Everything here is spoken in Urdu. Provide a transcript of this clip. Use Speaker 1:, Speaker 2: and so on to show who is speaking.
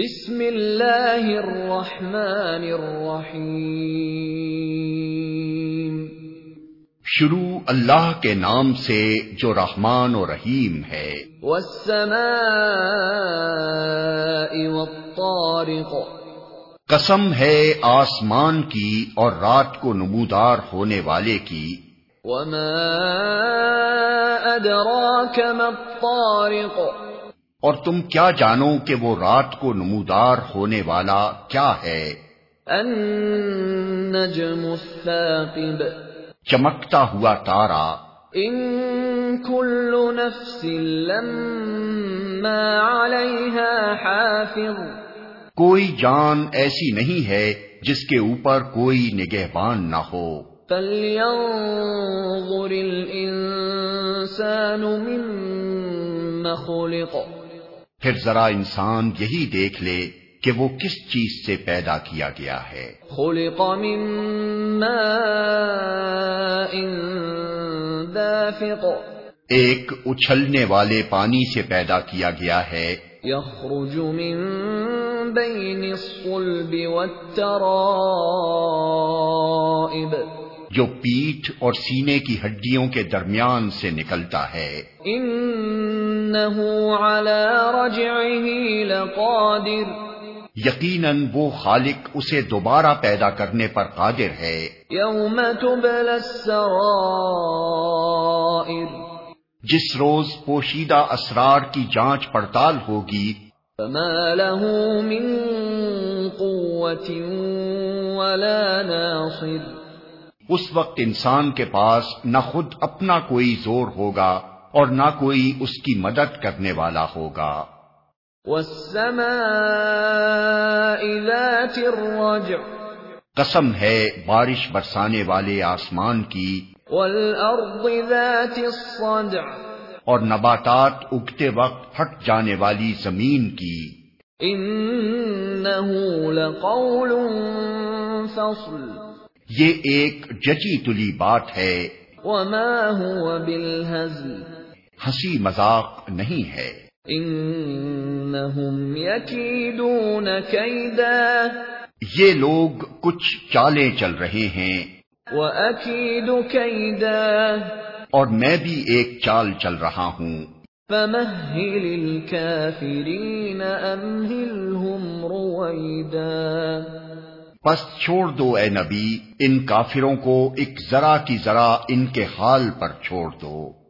Speaker 1: بسم اللہ الرحمن الرحیم
Speaker 2: شروع اللہ کے نام سے جو رحمان و رحیم ہے
Speaker 1: والسماء والطارق
Speaker 2: قسم ہے آسمان کی اور رات کو نمودار ہونے والے کی
Speaker 1: وما ادراك ما الطارق
Speaker 2: اور تم کیا جانو کہ وہ رات کو نمودار ہونے والا کیا ہے
Speaker 1: النجم الثاقب
Speaker 2: چمکتا ہوا تارا
Speaker 1: ان كل نفس لما عليها حافظ
Speaker 2: کوئی جان ایسی نہیں ہے جس کے اوپر کوئی نگہبان نہ ہو
Speaker 1: فلينظر الإنسان مما خلق
Speaker 2: پھر ذرا انسان یہی دیکھ لے کہ وہ کس چیز سے پیدا کیا گیا ہے
Speaker 1: خلق من ماء دافق
Speaker 2: ایک اچھلنے والے پانی سے پیدا کیا گیا ہے
Speaker 1: يخرج من بين الصلب والترائب
Speaker 2: جو پیٹھ اور سینے کی ہڈیوں کے درمیان سے نکلتا ہے
Speaker 1: إنه على رجعه لقادر
Speaker 2: یقیناً وہ خالق اسے دوبارہ پیدا کرنے پر قادر ہے
Speaker 1: يوم تبلى السرائر
Speaker 2: جس روز پوشیدہ اسرار کی جانچ پڑتال ہوگی
Speaker 1: فما له من قوة ولا ناصر
Speaker 2: اس وقت انسان کے پاس نہ خود اپنا کوئی زور ہوگا اور نہ کوئی اس کی مدد کرنے والا ہوگا
Speaker 1: والسماء ذات الرجع
Speaker 2: قسم ہے بارش برسانے والے آسمان کی
Speaker 1: والأرض ذات الصدع
Speaker 2: اور نباتات اگتے وقت پھٹ جانے والی زمین کی
Speaker 1: إنه لقول فصل
Speaker 2: یہ ایک جچی تلی بات ہے
Speaker 1: وما هو بالهزل
Speaker 2: ہنسی مذاق نہیں ہے
Speaker 1: إنهم يكيدون كيدا
Speaker 2: یہ لوگ کچھ چالیں چل رہے ہیں
Speaker 1: وأكيد كيدا
Speaker 2: اور میں بھی ایک چال چل رہا ہوں
Speaker 1: فمهل الكافرين أمهلهم رويدا
Speaker 2: بس چھوڑ دو اے نبی ان کافروں کو ایک ذرا کی ذرا ان کے حال پر چھوڑ دو